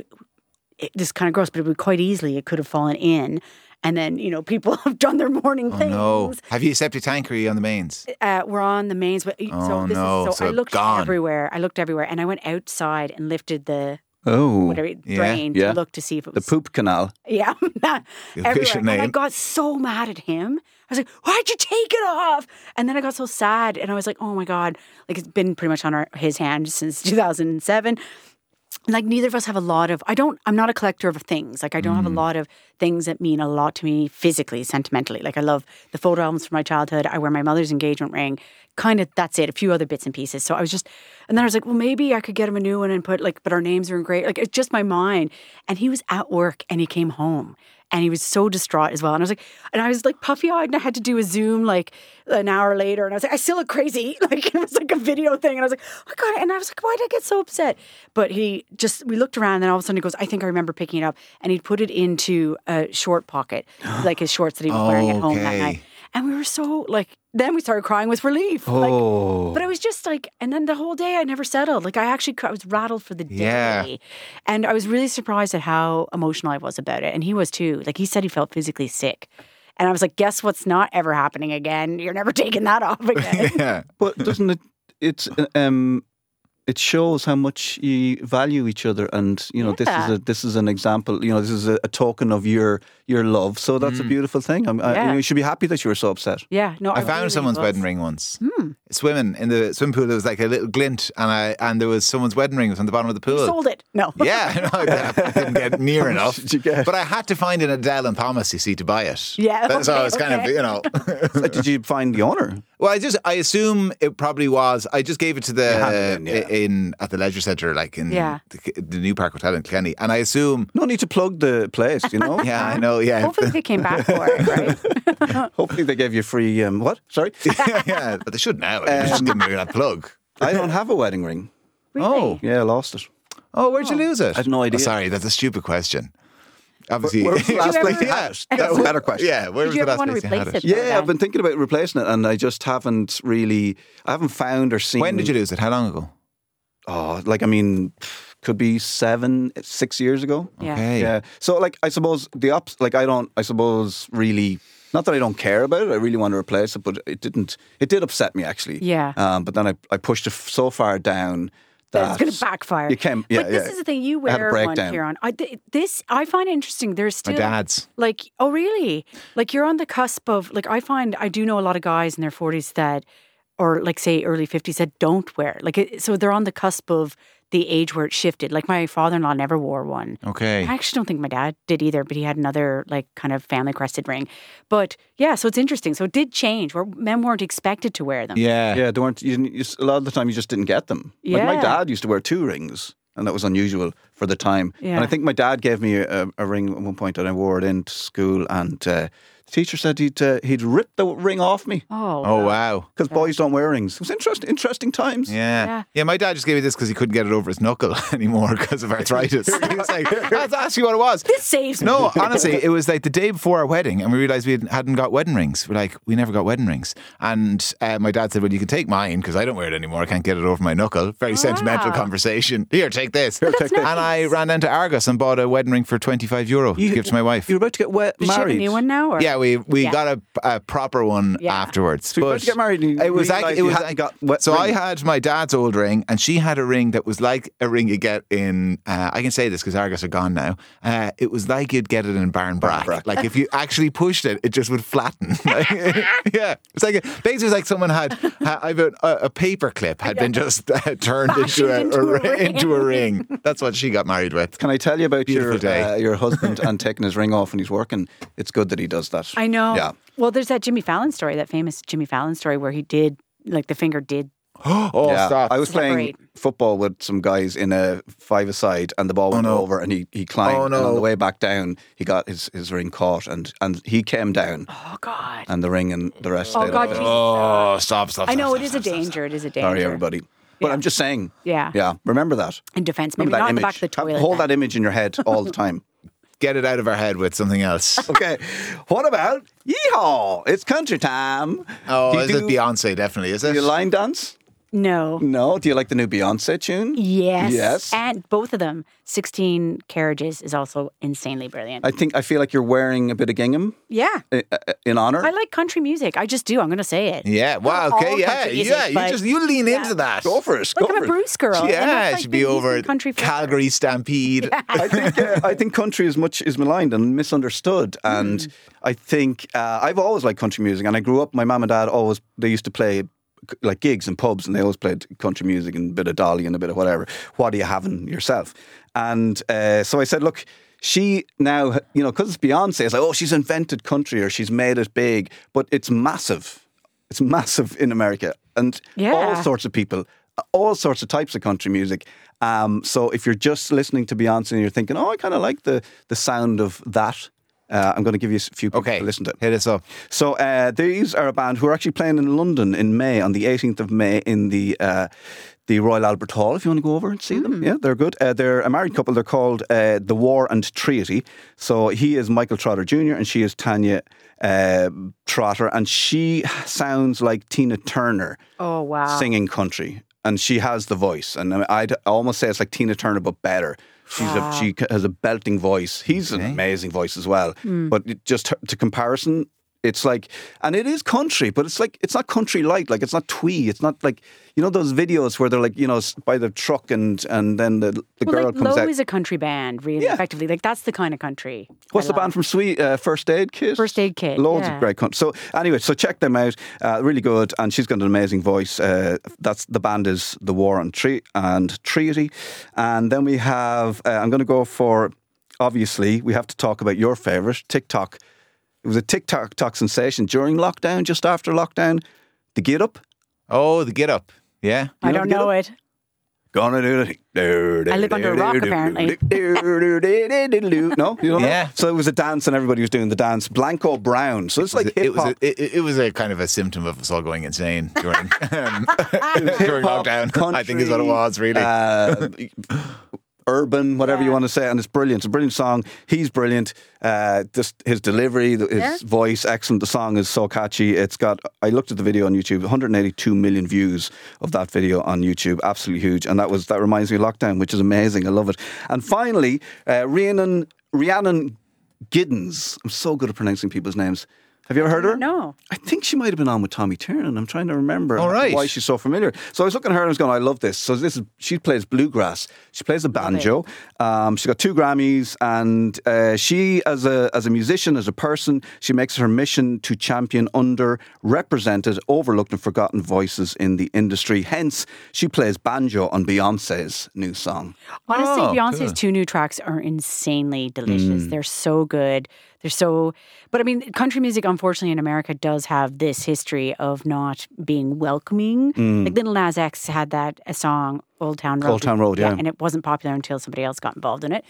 S4: it, this is kind of gross, but it would quite easily, it could have fallen in. And then, you know, people (laughs) have done their morning
S3: oh
S4: things
S3: no. Have you a septic tank or are you on the mains?
S4: uh, we're on the mains. but-
S3: Oh,
S4: so this
S3: no.
S4: is so,
S3: So
S4: I looked
S3: gone.
S4: everywhere. I looked everywhere, and I went outside and lifted the
S5: Oh,
S4: whatever
S3: yeah,
S4: drain
S5: yeah.
S4: to look to see if it
S5: the
S4: was
S5: poop canal.
S4: yeah (laughs) everywhere.
S3: your
S4: And I
S3: name.
S4: got so mad at him. I was like, "Why'd you take it off?" And then I got so sad, and I was like, "Oh my god!" Like it's been pretty much on our, his hand since (laughs) 2007 like neither of us have a lot of i don't i'm not a collector of things like i don't have a lot of things that mean a lot to me physically sentimentally like i love the photo albums from my childhood i wear my mother's engagement ring kind of that's it a few other bits and pieces so i was just and then i was like well maybe i could get him a new one and put like but our names are engraved like it's just my mind and he was at work and he came home and he was so distraught as well and i was like and i was like puffy eyed and i had to do a zoom like an hour later and i was like i still look crazy (laughs) like it was like a video thing and i was like oh god and i was like why did i get so upset but he just we looked around and then all of a sudden he goes i think i remember picking it up and he'd put it into a short pocket like his shorts that he was wearing at home that
S3: Okay.
S4: night and we were so like then we started crying with relief
S5: Oh.
S4: like (laughs) but it was just like and then the whole day i never settled like i actually cr- i was rattled for the day
S3: Yeah.
S4: and I was really surprised at how emotional I was about it. And he was too. Like he said he felt physically sick. And I was like, guess what's not ever happening again? You're never (laughs) taking that off
S3: (laughs)
S4: again.
S3: yeah.
S5: But doesn't it? It's uh, um, it shows how much you value each other, and you know this is
S4: Yeah.
S5: a this is an example. You know this is a, a token of your your love. So that's
S3: Mm.
S5: a beautiful thing. I'm, I, you,
S4: Yeah.
S5: know, you should be happy that you were so upset.
S4: yeah. No,
S3: I found
S4: really
S3: someone's
S4: was. Hmm.
S3: wedding ring once. Swimming in the swim pool, there was like a little glint, and I and there was someone's wedding ring was on the bottom of the pool.
S4: Sold it. No.
S3: Yeah, (laughs) no, I didn't get near enough.
S5: did you get?
S3: But I had to find an Adele and Thomas, you see, to buy it.
S4: Yeah,
S3: That- so
S4: okay,
S3: I was kind of,
S4: okay.
S3: you know.
S5: Uh, Did you find the honor?
S3: well, I just, I assume it probably was. I just gave it to the
S5: had it in, yeah.
S3: in at the leisure centre, like in
S4: Yeah.
S3: the, the New Park Hotel in Kilkenny, and I assume.
S5: No need to plug the place. You
S4: (laughs)
S5: know.
S3: Yeah, I know. Yeah,
S4: (laughs) Hopefully
S3: (laughs)
S4: they came back for it, right?
S5: Hopefully they gave you free. Um, what? Sorry,
S3: (laughs) yeah, but they should now. I mean, just give me that plug.
S5: I don't have a wedding ring.
S4: Really?
S3: Oh.
S5: Yeah, I lost
S3: (laughs)
S5: it.
S3: Oh, where'd you lose it? I
S5: have no idea.
S3: sorry, that's a stupid question. Obviously, (laughs)
S5: Where was the last
S4: you
S5: place
S4: ever-
S5: you had it? That's a better question.
S3: Yeah, where
S4: Did
S3: was
S4: you
S3: the last
S4: ever want to
S3: place you had
S4: replace
S3: it?
S4: it?
S5: Yeah, I've
S4: then?
S5: been thinking about replacing it, and I just haven't really. I haven't found or seen.
S3: When did you lose it? How long ago?
S5: Oh, like I mean, could be seven, six years ago.
S4: Yeah.
S3: Okay.
S5: Yeah. So like I suppose the ops like I don't I suppose really not that I don't care about it. I really want to replace it, but it didn't. It did upset me actually.
S4: Yeah.
S5: Um, but then I, I pushed it f- so far down that
S4: That's going to backfire.
S5: You can. Yeah.
S4: but this
S5: yeah.
S4: is the thing you
S5: I had a
S4: wear one
S5: breakdown.
S4: here on. I, th- this I find interesting. There's
S3: My
S4: still
S3: dad's.
S4: Like, oh, really? Like, you're on the cusp of, like, I find I do know a lot of guys in their 40s that, or like, say, early 50s that don't wear. Like, it, so they're on the cusp of the age where it shifted. Like, my father in law never wore one.
S3: Okay.
S4: I actually don't think my dad did either, but he had another, like, kind of family crested ring. But yeah, so it's interesting. So it did change where men weren't expected to wear them.
S3: Yeah.
S5: Yeah. They weren't. You didn't, you, s- a lot of the time you just didn't get them. Like my
S4: Yeah.
S5: dad used to wear two rings. And that was unusual for the time. And I
S4: Yeah.
S5: think my dad gave me a, a ring at one point, and I wore it into school. And uh, the teacher said he'd uh, he'd rip the ring off me.
S4: Oh,
S3: Oh wow.
S5: because boys don't wear rings. It was interesting, interesting times.
S3: Yeah. yeah,
S4: Yeah.
S3: My dad just gave me this because he couldn't get it over his knuckle (laughs) anymore because of
S4: (laughs)
S3: arthritis. he was like, "That's actually what it was."
S4: this saves me.
S3: No, honestly, it was like the day before our wedding, and we realized we hadn't- hadn't got wedding rings. We're like, we never got wedding rings. And uh, my dad said, Well, you can take mine because I don't wear it anymore. I can't get it over my knuckle. Very sentimental
S4: Ah.
S3: conversation. Here, take this. Here,
S5: take this.
S3: And I ran down to Argos and bought a wedding ring for 25 euro to give to my wife.
S5: You're about to get wet,
S4: Does she have a
S5: married.
S4: new one now? Or?
S3: yeah, yeah, we we
S4: Yeah.
S3: got a, a proper one
S4: Yeah.
S3: afterwards.
S5: So you went to get married and you
S3: it was
S5: realised
S3: like it
S5: you
S3: was
S5: hadn't
S3: like-
S5: got what
S3: so
S5: ring.
S3: I had my dad's old ring, and she had a ring that was like a ring you get in. Uh, I can say this because Argos are gone now. Uh, it was like you'd get it in Barnbrack. Like if you actually pushed it, it just would flatten. (laughs) Like, yeah, it's like a, basically it was like someone had ha- I've a, a paper clip had been just uh, turned into a,
S4: into a
S3: ri-
S4: ring.
S3: into a ring. That's what she got married with.
S5: Can I tell you about your
S3: Beautiful day.
S5: uh, your husband and taking his ring off when he's working? It's good that he
S3: (laughs)
S5: does that.
S4: I know.
S5: Yeah.
S4: Well, there's that Jimmy Fallon story, that famous Jimmy Fallon story where he did, like, the finger did.
S3: Oh,
S5: yeah.
S3: stop!
S5: I was playing
S4: Separate.
S5: football with some guys in a five aside and the ball went
S3: Oh, no.
S5: over and he, he climbed
S3: Oh,
S5: and
S3: no.
S5: on the way back down he got his, his ring caught and, and he came down
S4: Oh, God.
S5: and the ring and the rest
S4: Oh,
S5: stayed
S4: God,
S5: up there.
S4: Jesus.
S3: Oh, stop! Stop!
S4: I
S3: stop,
S4: know
S3: stop,
S4: it is
S3: stop,
S4: a (laughs)
S3: stop, stop.
S4: danger. It is a danger.
S5: Sorry everybody. But I'm just saying.
S4: Yeah.
S5: Yeah. Remember that.
S4: In defense, maybe
S5: Remember
S4: not
S5: that
S4: in the
S5: image.
S4: back of the
S5: Have-
S4: toilet.
S5: Hold
S4: then.
S5: that image in your head all
S4: (laughs)
S5: the time.
S3: Get it out of our head with something else.
S5: okay. What about Yeehaw? It's country time.
S3: Oh,
S5: Do you
S3: is
S5: do-
S3: it Beyonce? Definitely, is it?
S5: Do you line dance?
S4: No.
S5: No. Do you like the new Beyonce tune?
S4: Yes.
S5: Yes.
S4: And both of them, 16 Carriages is also insanely brilliant.
S5: I think I feel like you're wearing a bit of gingham
S4: yeah.
S5: i- i- in honor.
S4: I like country music. I just do. I'm going to say it.
S3: Yeah. Wow.
S4: Not all
S3: Okay. Yeah.
S4: country
S3: yeah.
S4: music,
S3: You
S4: but-
S3: just you lean
S4: yeah.
S3: into that.
S5: Go for it.
S4: Like
S5: go
S4: I'm
S5: for
S4: a
S5: it.
S4: Bruce girl. and
S3: Yeah.
S4: that's,
S3: It
S4: like,
S3: should
S4: the
S3: be over
S4: Eastern
S3: at
S4: country flavor.
S3: Calgary
S4: (laughs)
S3: Stampede.
S5: I think uh, I think country is much is maligned and misunderstood, and I think uh, I've always liked country music. And I grew up, my mum and dad always they used to play c- like gigs and pubs, and they always played country music and a bit of Dolly and a bit of whatever. What are you having yourself? And uh, so I said, look. She now, you know, because it's Beyonce, it's like, oh, she's invented country or she's made it big, but it's massive. It's massive in America. And all
S4: Yeah.
S5: sorts of people, all sorts of types of country music. Um, so if you're just listening to Beyonce and you're thinking, oh, I kind of like the the sound of that, uh, I'm going to give you a few people
S3: Okay.
S5: to listen to.
S3: Hit us up.
S5: So uh, these are a band who are actually playing in London in May on the 18th of May in the uh, the Royal Albert Hall. If you want to go over and see them, yeah, they're good. Uh, they're a married couple. They're called uh, the War and Treaty. So he is Michael Trotter Jr. and she is Tanya uh, Trotter, and she sounds like Tina Turner
S4: Oh, wow.
S5: singing country, and she has the voice. And I- I'd almost say it's like Tina Turner, but better. She's a, she c- has a belting voice. He's an amazing voice as well.
S4: Hmm.
S5: But it just to- to comparison, it's like, and it is country, but it's like it's not country light. Like it's not twee. It's not like you know those videos where they're like you know s- by the truck and and then the, the
S4: Well,
S5: girl
S4: like,
S5: comes
S4: Low
S5: out.
S4: is a country band, really,
S5: Yeah.
S4: effectively. Like, that's the kind of country. I
S5: What's the
S4: love.
S5: band from Sweet uh, First Aid Kit?
S4: First Aid Kit,
S5: Loads
S4: yeah.
S5: of great country. So anyway, so check them out. Uh, really good, and she's got an amazing voice. Uh, that's the band is the War and Tre- and Treaty, and then we have. Uh, I'm going to go for. Obviously, we have to talk about your favorite TikTok. It was a TikTok talk sensation during lockdown, just after lockdown. The Get Up.
S3: (laughs) Oh, the get up. Yeah.
S4: I
S5: know
S4: don't
S5: the
S4: know it.
S5: Gonna do it.
S4: I live under a rock,
S5: (laughs)
S4: apparently.
S5: no, you don't know?
S3: Yeah.
S5: So it was a dance, and everybody was doing the dance. Blanco Brown. So it's like
S3: it was a,
S5: hip-hop.
S3: it, it was a kind of a symptom of us all going insane during (laughs) um, (laughs) during
S5: hip-hop,
S3: lockdown. I think is what it
S5: country,
S3: was really.
S5: uh, urban, whatever you want to say, and it's brilliant. It's a brilliant song. He's brilliant. Uh, just his delivery, th- his voice, excellent. The song is so catchy. It's got. I looked at the video on YouTube. 182 million views of that video on YouTube. Absolutely huge. And that was that reminds me of lockdown, which is amazing. I love it. And finally, uh, Rhiannon Rhiannon Giddens. I'm so good at pronouncing people's names. Have you ever heard of her?
S4: No.
S5: I think she might have been on with Tommy Tiernan. I'm trying to remember
S3: All right.
S5: why she's so familiar. So I was looking at her and I was going, I love this. So this is she plays bluegrass. She plays the banjo. Um, she got two Grammys, and uh, she as a as a musician, as a person, she makes it her mission to champion underrepresented, overlooked, and forgotten voices in the industry. Hence, she plays banjo on Beyonce's new song.
S4: Honestly,
S3: Oh,
S4: Beyonce's
S3: cool.
S4: two new tracks are insanely delicious.
S5: Mm.
S4: They're so good. They're so, but I mean, country music, unfortunately, in America does have this history of not being welcoming. Like Little Nas X had that a song, Old Town Road.
S5: Mm. Old Town Road, yeah.
S4: And it wasn't popular until somebody else got involved in it.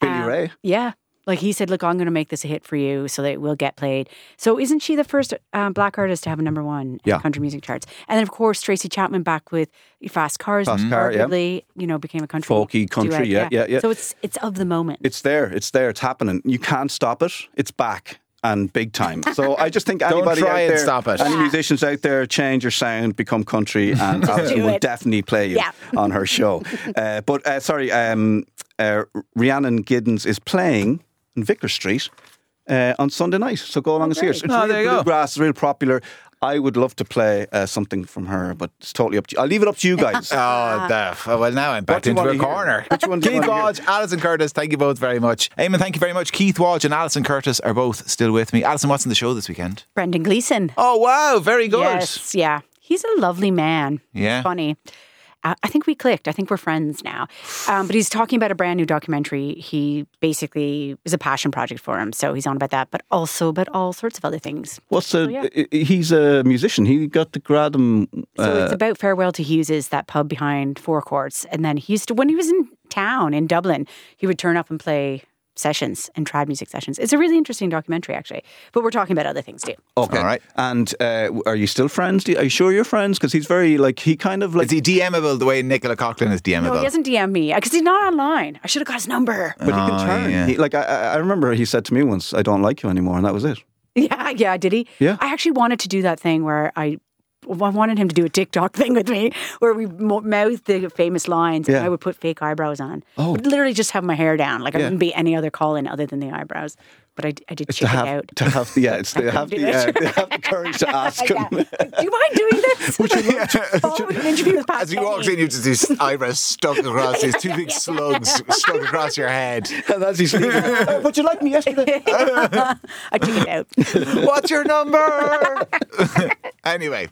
S5: Billy
S4: Um,
S5: Ray.
S4: Yeah. Like he said, look, I'm going to make this a hit for you so that it will get played. So isn't she the first um, black artist to have a number one in
S5: Yeah.
S4: country music charts? And then, of course, Tracy Chapman back with Fast Cars.
S5: Fast Car, yeah.
S4: arguably, You know, became a country
S5: Folky country,
S4: duet,
S5: yeah, yeah, yeah.
S4: So it's it's of the moment.
S5: It's there. It's there. It's happening. You can't stop it. It's back and big time. So I just think anybody
S3: try
S5: out
S3: and
S5: there,
S3: stop it.
S5: any
S3: Yeah.
S5: musicians out there, change your sound, become country, and Alison
S4: do
S5: will
S4: it.
S5: definitely play you
S4: Yeah.
S5: on her show. Uh, but uh, sorry, um, uh, Rhiannon Giddens is playing in Vicar Street. uh, on Sunday night. So go along and see her.
S4: great.
S5: It's
S4: Oh,
S5: real
S2: there you go.
S5: bluegrass, real popular. I would love to play uh, something from her, but it's totally up to you. I'll leave it up to you guys.
S3: Oh,
S4: Ah.
S3: the, oh, well, now I'm
S5: What
S3: back
S5: do you
S3: into
S5: wanna
S3: a
S5: hear?
S3: corner.
S5: Which one do you
S3: Keith
S5: wanna hear?
S3: Walsh, Alison Curtis, thank you both very much. Eamon, thank you very much. Keith Walsh and Alison Curtis are both still with me. Alison, what's in the show this weekend?
S4: Brendan Gleeson.
S3: Oh, wow, very good.
S4: Yes, yeah. He's a lovely man.
S3: Yeah.
S4: Funny. Uh, I think we clicked. I think we're friends now. Um, but he's talking about a brand new documentary. He basically is a passion project for him. So he's on about that, but also about all sorts of other things.
S5: What's the?
S4: yeah.
S5: i- i- He's a musician. He got the Gradam.
S4: So it's about Farewell to Hughes's, that pub behind Four Courts. And then he used to, when he was in town in Dublin, he would turn up and play sessions and trad music sessions. It's a really interesting documentary, actually. But we're talking about other things too.
S5: Okay.
S3: All right.
S5: And uh, w- are you still friends? Do you, are you sure you're friends? Because he's very like he kind of like.
S3: Is he DMable the way Nicola Coughlin is DMable?
S4: No, he hasn't DM me because he's not online. I should have got his number. (laughs)
S5: but he can turn.
S3: yeah.
S5: He, like I- I, I remember he said to me once, "I don't like you anymore," and that was it.
S4: Yeah, yeah, did he?
S5: Yeah.
S4: I actually wanted to do that thing where I, I wanted him to do a TikTok (laughs) thing with me, where we mo- mouth the famous lines,
S5: Yeah.
S4: and I would put fake eyebrows on. Oh. Would literally just have my hair down, like I wouldn't be any other call in other than the eyebrows. But I, d- I did
S5: to
S4: check
S5: have
S4: it out.
S5: to (laughs) have the yeah, it's
S4: (laughs)
S5: to have
S4: do
S5: the, uh,
S4: it.
S5: to have the
S4: (laughs)
S5: courage to ask
S4: Yeah.
S5: him. (laughs)
S4: do you mind doing this? (laughs) Would you
S3: (laughs)
S4: an interview with Pat
S3: As you walked
S4: Kenny.
S3: in, you just these eyebrows stuck across these two big slugs stuck across your head.
S5: And (laughs) as he's leaving, "Oh, but you liked me yesterday.
S4: I took it out.
S3: What's your number? (laughs) anyway,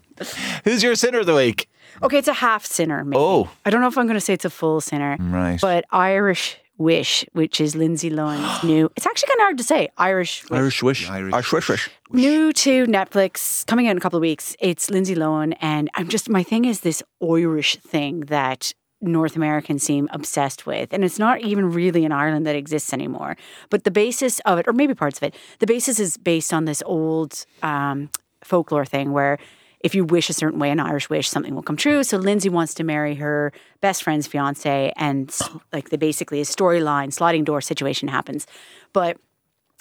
S3: who's your sinner of the week?
S4: Okay, it's a half sinner. Maybe.
S3: Oh.
S4: I don't know if I'm going to say it's a full sinner.
S3: Right.
S4: But Irish Wish, which is Lindsay Lohan's new. It's actually kind of hard to say. Irish Wish.
S5: Irish wish,
S3: Irish
S5: Irish wish, wish.
S4: New to Netflix, coming out in a couple of weeks. It's Lindsay Lohan, and I'm just my thing is this Irish thing that North Americans seem obsessed with, and it's not even really in Ireland that exists anymore. But the basis of it, or maybe parts of it, the basis is based on this old um, folklore thing where if you wish a certain way, an Irish wish, something will come true. So Lindsay wants to marry her best friend's fiance, and s- like the basically a storyline sliding door situation happens, but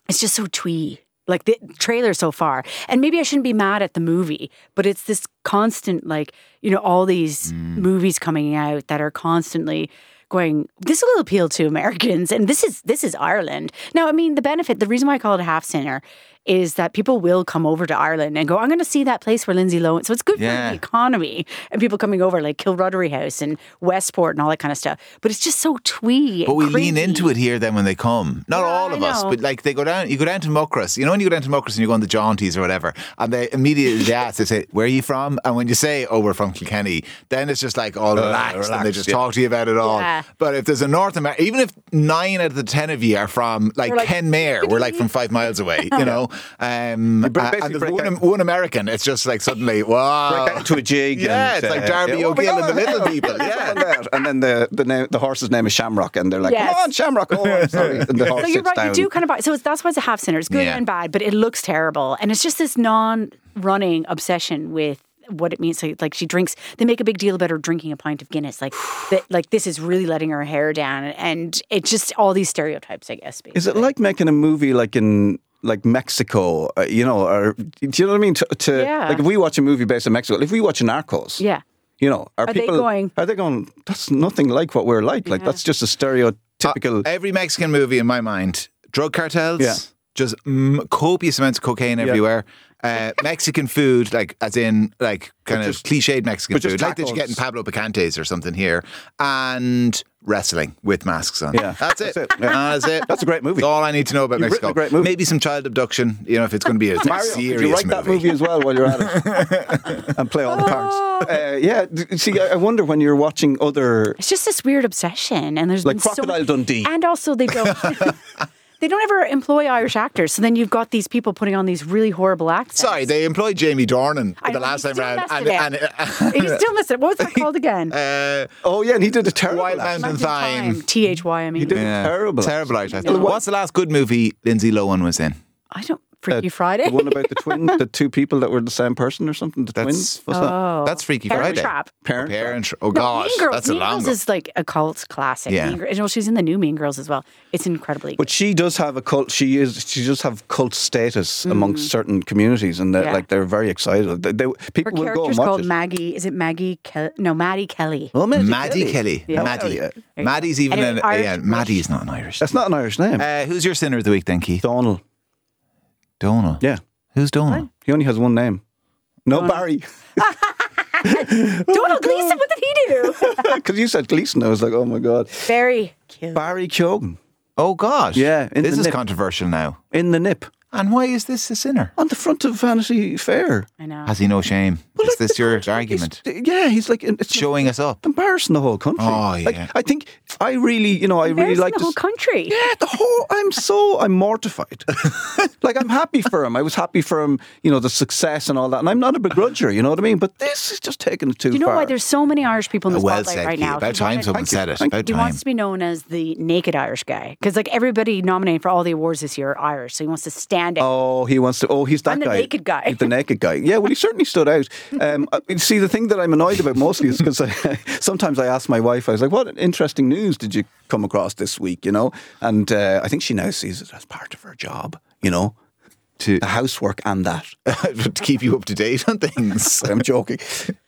S4: it's just so twee. Like the trailer so far, and maybe I shouldn't be mad at the movie, but it's this constant, like you know, all these
S3: Mm.
S4: movies coming out that are constantly going. This will appeal to Americans, and this is this is Ireland. Now, I mean, the benefit, the reason why I call it a half sinner, is that people will come over to Ireland and go, "I'm going to see that place where Lindsay Lohan." So it's good
S3: Yeah.
S4: for the economy and people coming over, like Kilruddery House and Westport and all that kind of stuff. But it's just so twee.
S3: But we lean into it here then when they come. Not
S4: Yeah,
S3: all
S4: I
S3: of us,
S4: know.
S3: but like they go down, you go down to Muckross. You know when you go down to Muckross and you go on the Jaunties or whatever, and they immediately they ask, they say, Where are you from? And when you say, Oh, we're from Kilkenny, then it's just like all relaxed, and they
S5: Uh, relaxed,
S3: just
S5: yeah.
S3: talk to you about it all.
S4: Yeah.
S3: But if there's a North America, even if nine out of the ten of you are from like,
S4: We're like,
S3: Ken Mayer, we're like from five miles
S4: (laughs)
S3: away, you know? Um,
S5: break-
S3: uh,
S5: basically
S3: and there's
S5: break
S3: one,
S5: out-
S3: one American, it's just like suddenly, wow.
S5: Back to a jig.
S3: (laughs) Yeah,
S5: and,
S3: it's like
S5: uh,
S3: Darby
S5: yeah,
S3: O'Gill
S5: oh my
S3: and the
S5: God.
S3: Little
S5: (laughs)
S3: People. (laughs) Yeah.
S5: And that- and then the the, name, the horse's name is Shamrock, and they're like,
S4: Yes.
S5: "Come on, Shamrock!" Oh, I'm sorry. And the
S4: (laughs)
S5: horse
S4: So you're
S5: sits
S4: right.
S5: down.
S4: You do kind of buy. So it's, that's why it's a half sinner. It's good
S3: Yeah.
S4: and bad, but it looks terrible. And it's just this non-running obsession with what it means. So, like she drinks. They make a big deal about her drinking a pint of Guinness. Like that. Like this is really letting her hair down. And it's just all these stereotypes, I guess. Basically.
S5: Is it like making a movie like in like Mexico? Uh, you know, or do you know what I mean? To, to
S4: Yeah.
S5: like if we watch a movie based in Mexico, if we watch Narcos,
S4: Yeah.
S5: you know, are,
S4: Are they
S5: people
S4: going-
S5: Are they going? That's nothing like what we're like. Like that's just a stereotypical.
S3: Uh, every Mexican movie in my mind, drug cartels,
S5: Yeah.
S3: just mm, copious amounts of cocaine everywhere. Uh, Mexican food, like as in like kind of
S5: just-
S3: cliched Mexican
S5: but just
S3: food, like that you get in
S5: tacos.
S3: Pablo Picante's or something here, and wrestling with masks on.
S5: Yeah.
S3: that's it.
S5: That's it. Yeah.
S3: And That's it.
S5: That's a great movie.
S3: That's all I need to know about
S5: You've written
S3: Mexico.
S5: a great movie.
S3: Maybe some child abduction. You know, if it's going to be a
S5: (laughs) Mario, could
S3: serious
S5: you write that movie as well while you're at it, (laughs) and play all the parts.
S4: Oh.
S5: Uh, yeah, d- see, I I wonder when you're watching other.
S4: It's just this weird obsession, and there's
S5: Like
S4: been so
S5: Crocodile
S4: many-
S5: Dundee.
S4: and also they
S5: (laughs)
S4: don't. (laughs) They don't ever employ Irish actors, so then you've got these people putting on these really horrible accents.
S3: Sorry, they employed Jamie Dornan
S4: I
S3: the
S4: know,
S3: last
S4: he
S3: time
S4: still
S3: round.
S4: messed it up. you still missed it.
S5: (laughs)
S4: What was that called again?
S3: uh,
S5: Oh yeah, and he did a terrible.
S3: Wild
S5: accent.
S3: Mountain Fine.
S4: T H Y. I mean,
S5: did. Terrible.
S3: Terrible Irish accent. What's the last good movie Lindsay Lohan was in?
S4: I don't. Freaky Friday.
S5: The one about the twin, the two people that were the same person or something. The twins. What's that?
S3: That's Freaky
S4: (laughs) Oh. Parent
S3: Friday.
S4: Trap.
S5: Parent Trap.
S3: Parent Trap. Oh
S4: No,
S3: gosh,
S4: mean Girls.
S3: that's
S4: mean
S3: a long
S4: Girls
S3: one.
S4: is like a cult classic.
S3: Yeah.
S4: Mean Girl- you know, she's in the new Mean Girls as well. It's incredibly.
S5: But she does have a cult. She is. She does have cult status amongst certain communities, and they're,
S4: Mm. Yeah.
S5: like they're very excited. They, they-
S4: good.
S5: people
S4: her
S5: will go and
S4: character's
S5: watch
S4: called
S5: it.
S4: Maggie. Is it Maggie? Kelly? No, Maddie Kelly.
S5: Oh, Maddie,
S3: Maddie Kelly.
S4: Yeah.
S3: Maddie.
S5: Yeah.
S3: Maddie's even
S4: Anyway,
S3: an,
S4: Irish-
S3: yeah, Maddie's not an Irish.
S5: That's not an Irish name.
S3: Uh, who's your sinner of the week then, Keith?
S5: Donald.
S3: Donna.
S5: Yeah.
S3: Who's Donna?
S5: He only has one name. No, Barry. (laughs)
S4: Donald Gleason, what did he do?
S5: Because you said Gleason. I was like, oh my God.
S4: Very cute.
S5: Barry Keoghan
S3: Oh God.
S5: Yeah, in
S3: This
S5: the
S3: is
S5: nip.
S3: controversial now.
S5: in the nip
S3: And why is this a sinner?
S5: on the front of Vanity Fair.
S4: I know.
S3: Has he no shame?
S5: Well,
S3: is
S5: like,
S3: this
S5: the
S3: your
S5: country-
S3: argument?
S5: he's- yeah, he's like, it's
S3: Showing us up.
S5: embarrassing the whole country.
S3: Oh,
S5: Like,
S3: yeah.
S5: I think I really, you know, I really
S4: Embarrassing
S5: like
S4: the whole
S5: this-
S4: country.
S5: Yeah, the whole. I'm so. I'm mortified. like I'm happy for him. I was happy for him. You know the success and all that. And I'm not a begrudger. You know what I mean. But this is just taking it too
S4: Do you know
S5: far.
S4: why there's so many Irish people in the
S3: well
S4: spotlight
S3: said,
S4: right
S3: Keith.
S4: now?
S3: About
S4: He wanted-
S3: time someone said it. About
S4: He
S3: time.
S4: wants to be known as the naked Irish guy because, like, everybody nominated for all the awards this year are Irish, so he wants to stand out.
S5: Oh, he wants to. Oh, he's that
S4: I'm the
S5: guy.
S4: naked guy.
S5: He's the naked guy. Yeah, well, he certainly stood out.
S4: (laughs)
S5: Um, I- you see, the thing that I'm annoyed about mostly is because I, (laughs) sometimes I ask my wife, I was like, "What interesting news did you come across this week?" You know, and uh, I think she now sees it as part of her job. You know,
S3: To,
S5: the housework and that. (laughs)
S3: to keep you up to date on things.
S5: I'm joking.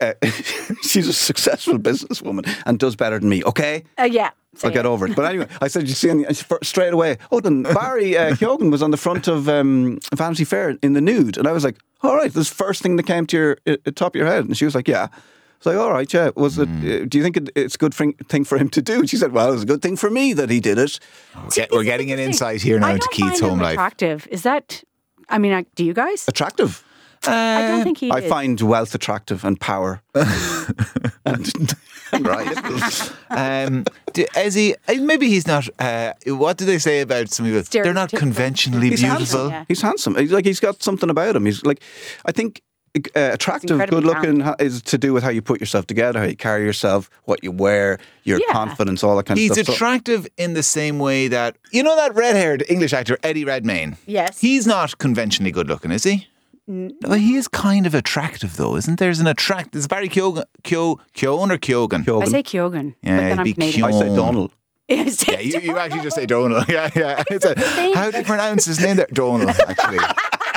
S5: Uh, (laughs) she's a successful businesswoman and does better than me. Okay.
S4: Uh, yeah. say
S5: I'll
S4: it.
S5: get over it. But anyway, I said, you see, and she- for- straight away, oh, then Barry uh, Keoghan was on the front of um, Vanity Fair in the nude. And I was like, all right, this first thing that came to your uh, uh, top of your head. And she was like, yeah. I was like, all right, yeah. Was it? Uh, do you think it, it's a good thing, thing for him to do? And she said, well, it was a good thing for me that he did it.
S3: Yeah, we're getting an insight here now
S4: I
S3: into
S4: don't
S3: Keith's
S4: find him
S3: home life.
S4: Attractive? Is that? I mean, I, do you guys?
S5: Attractive.
S4: I
S3: Eh,
S4: don't think he.
S5: I
S4: is.
S5: find wealth attractive and power. and, (laughs) right.
S3: Um, do, is he? uh, Maybe he's not. Uh, what do they say about some people? They're not
S4: Stereotypical.
S3: conventionally
S5: He's
S3: beautiful.
S5: Handsome. He's handsome. He's like he's got something about him. He's like I think uh, attractive,
S4: incredibly
S5: good looking ha- is to do with how you put yourself together, how you carry yourself, what you wear, your
S4: Yeah.
S5: confidence, all that kind
S3: He's
S5: of stuff. So-
S3: attractive in the same way that you know that red-haired English actor Eddie Redmayne.
S4: Yes.
S3: he's not conventionally good-looking, is he? No, he is kind of attractive though, isn't there? There's an attract. Is Barry Keoghan, Keo, Keown or Keoghan?
S4: I
S5: Keoghan.
S4: say Keoghan, but
S3: it'd
S4: then I'm
S3: be
S5: I
S4: Canadian.
S5: say Donald.
S4: I say (laughs)
S3: Yeah, you, you actually just say Donal. (laughs) Yeah, yeah. It's a, how do you pronounce his name there? Donal,
S4: (laughs)
S3: actually.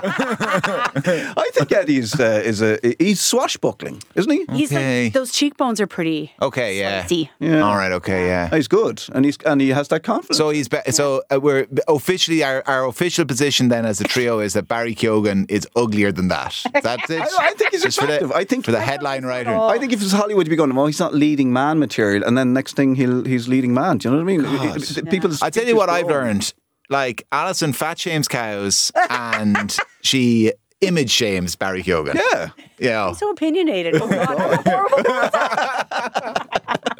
S5: I think Eddie is, uh, is a he's swashbuckling, isn't he?
S4: He's
S3: Okay.
S4: like those cheekbones are pretty.
S3: Okay, yeah.
S4: Spicy.
S5: Yeah.
S3: All right, okay, yeah.
S5: He's good, and he's and he has that confidence.
S3: So he's be- so uh, we're officially our, our official position then as a trio is that Barry Keoghan is uglier than that.
S5: (laughs)
S3: That's it.
S5: I- I think he's
S3: Just for the-
S5: attractive. I think-
S3: for the
S5: I
S3: headline writer.
S5: I think if it's Hollywood, you'd be going, well, he's not leading man material, and then next thing he'll he's leading man. Do you know what I mean? People.
S3: I tell you what I've learned. Like Alison fat shames
S5: (laughs)
S3: cows and she image shames Barry Keoghan.
S5: Yeah.
S3: Yeah.
S4: So opinionated. Oh, God,
S3: (laughs)
S4: (laughs) I'm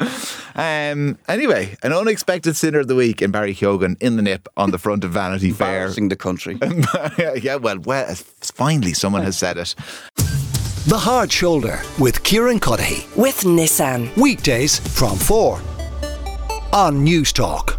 S4: a horrible
S3: Um, anyway, an unexpected sinner of the week in Barry Keoghan in the nip on the front of Vanity Fair.
S5: Embarrassing
S3: (laughs)
S5: the country.
S3: yeah, well, well, finally someone has said it.
S1: The Hard Shoulder with Kieran Cuddihy.
S2: with Nissan.
S1: Weekdays from 4 on News Talk.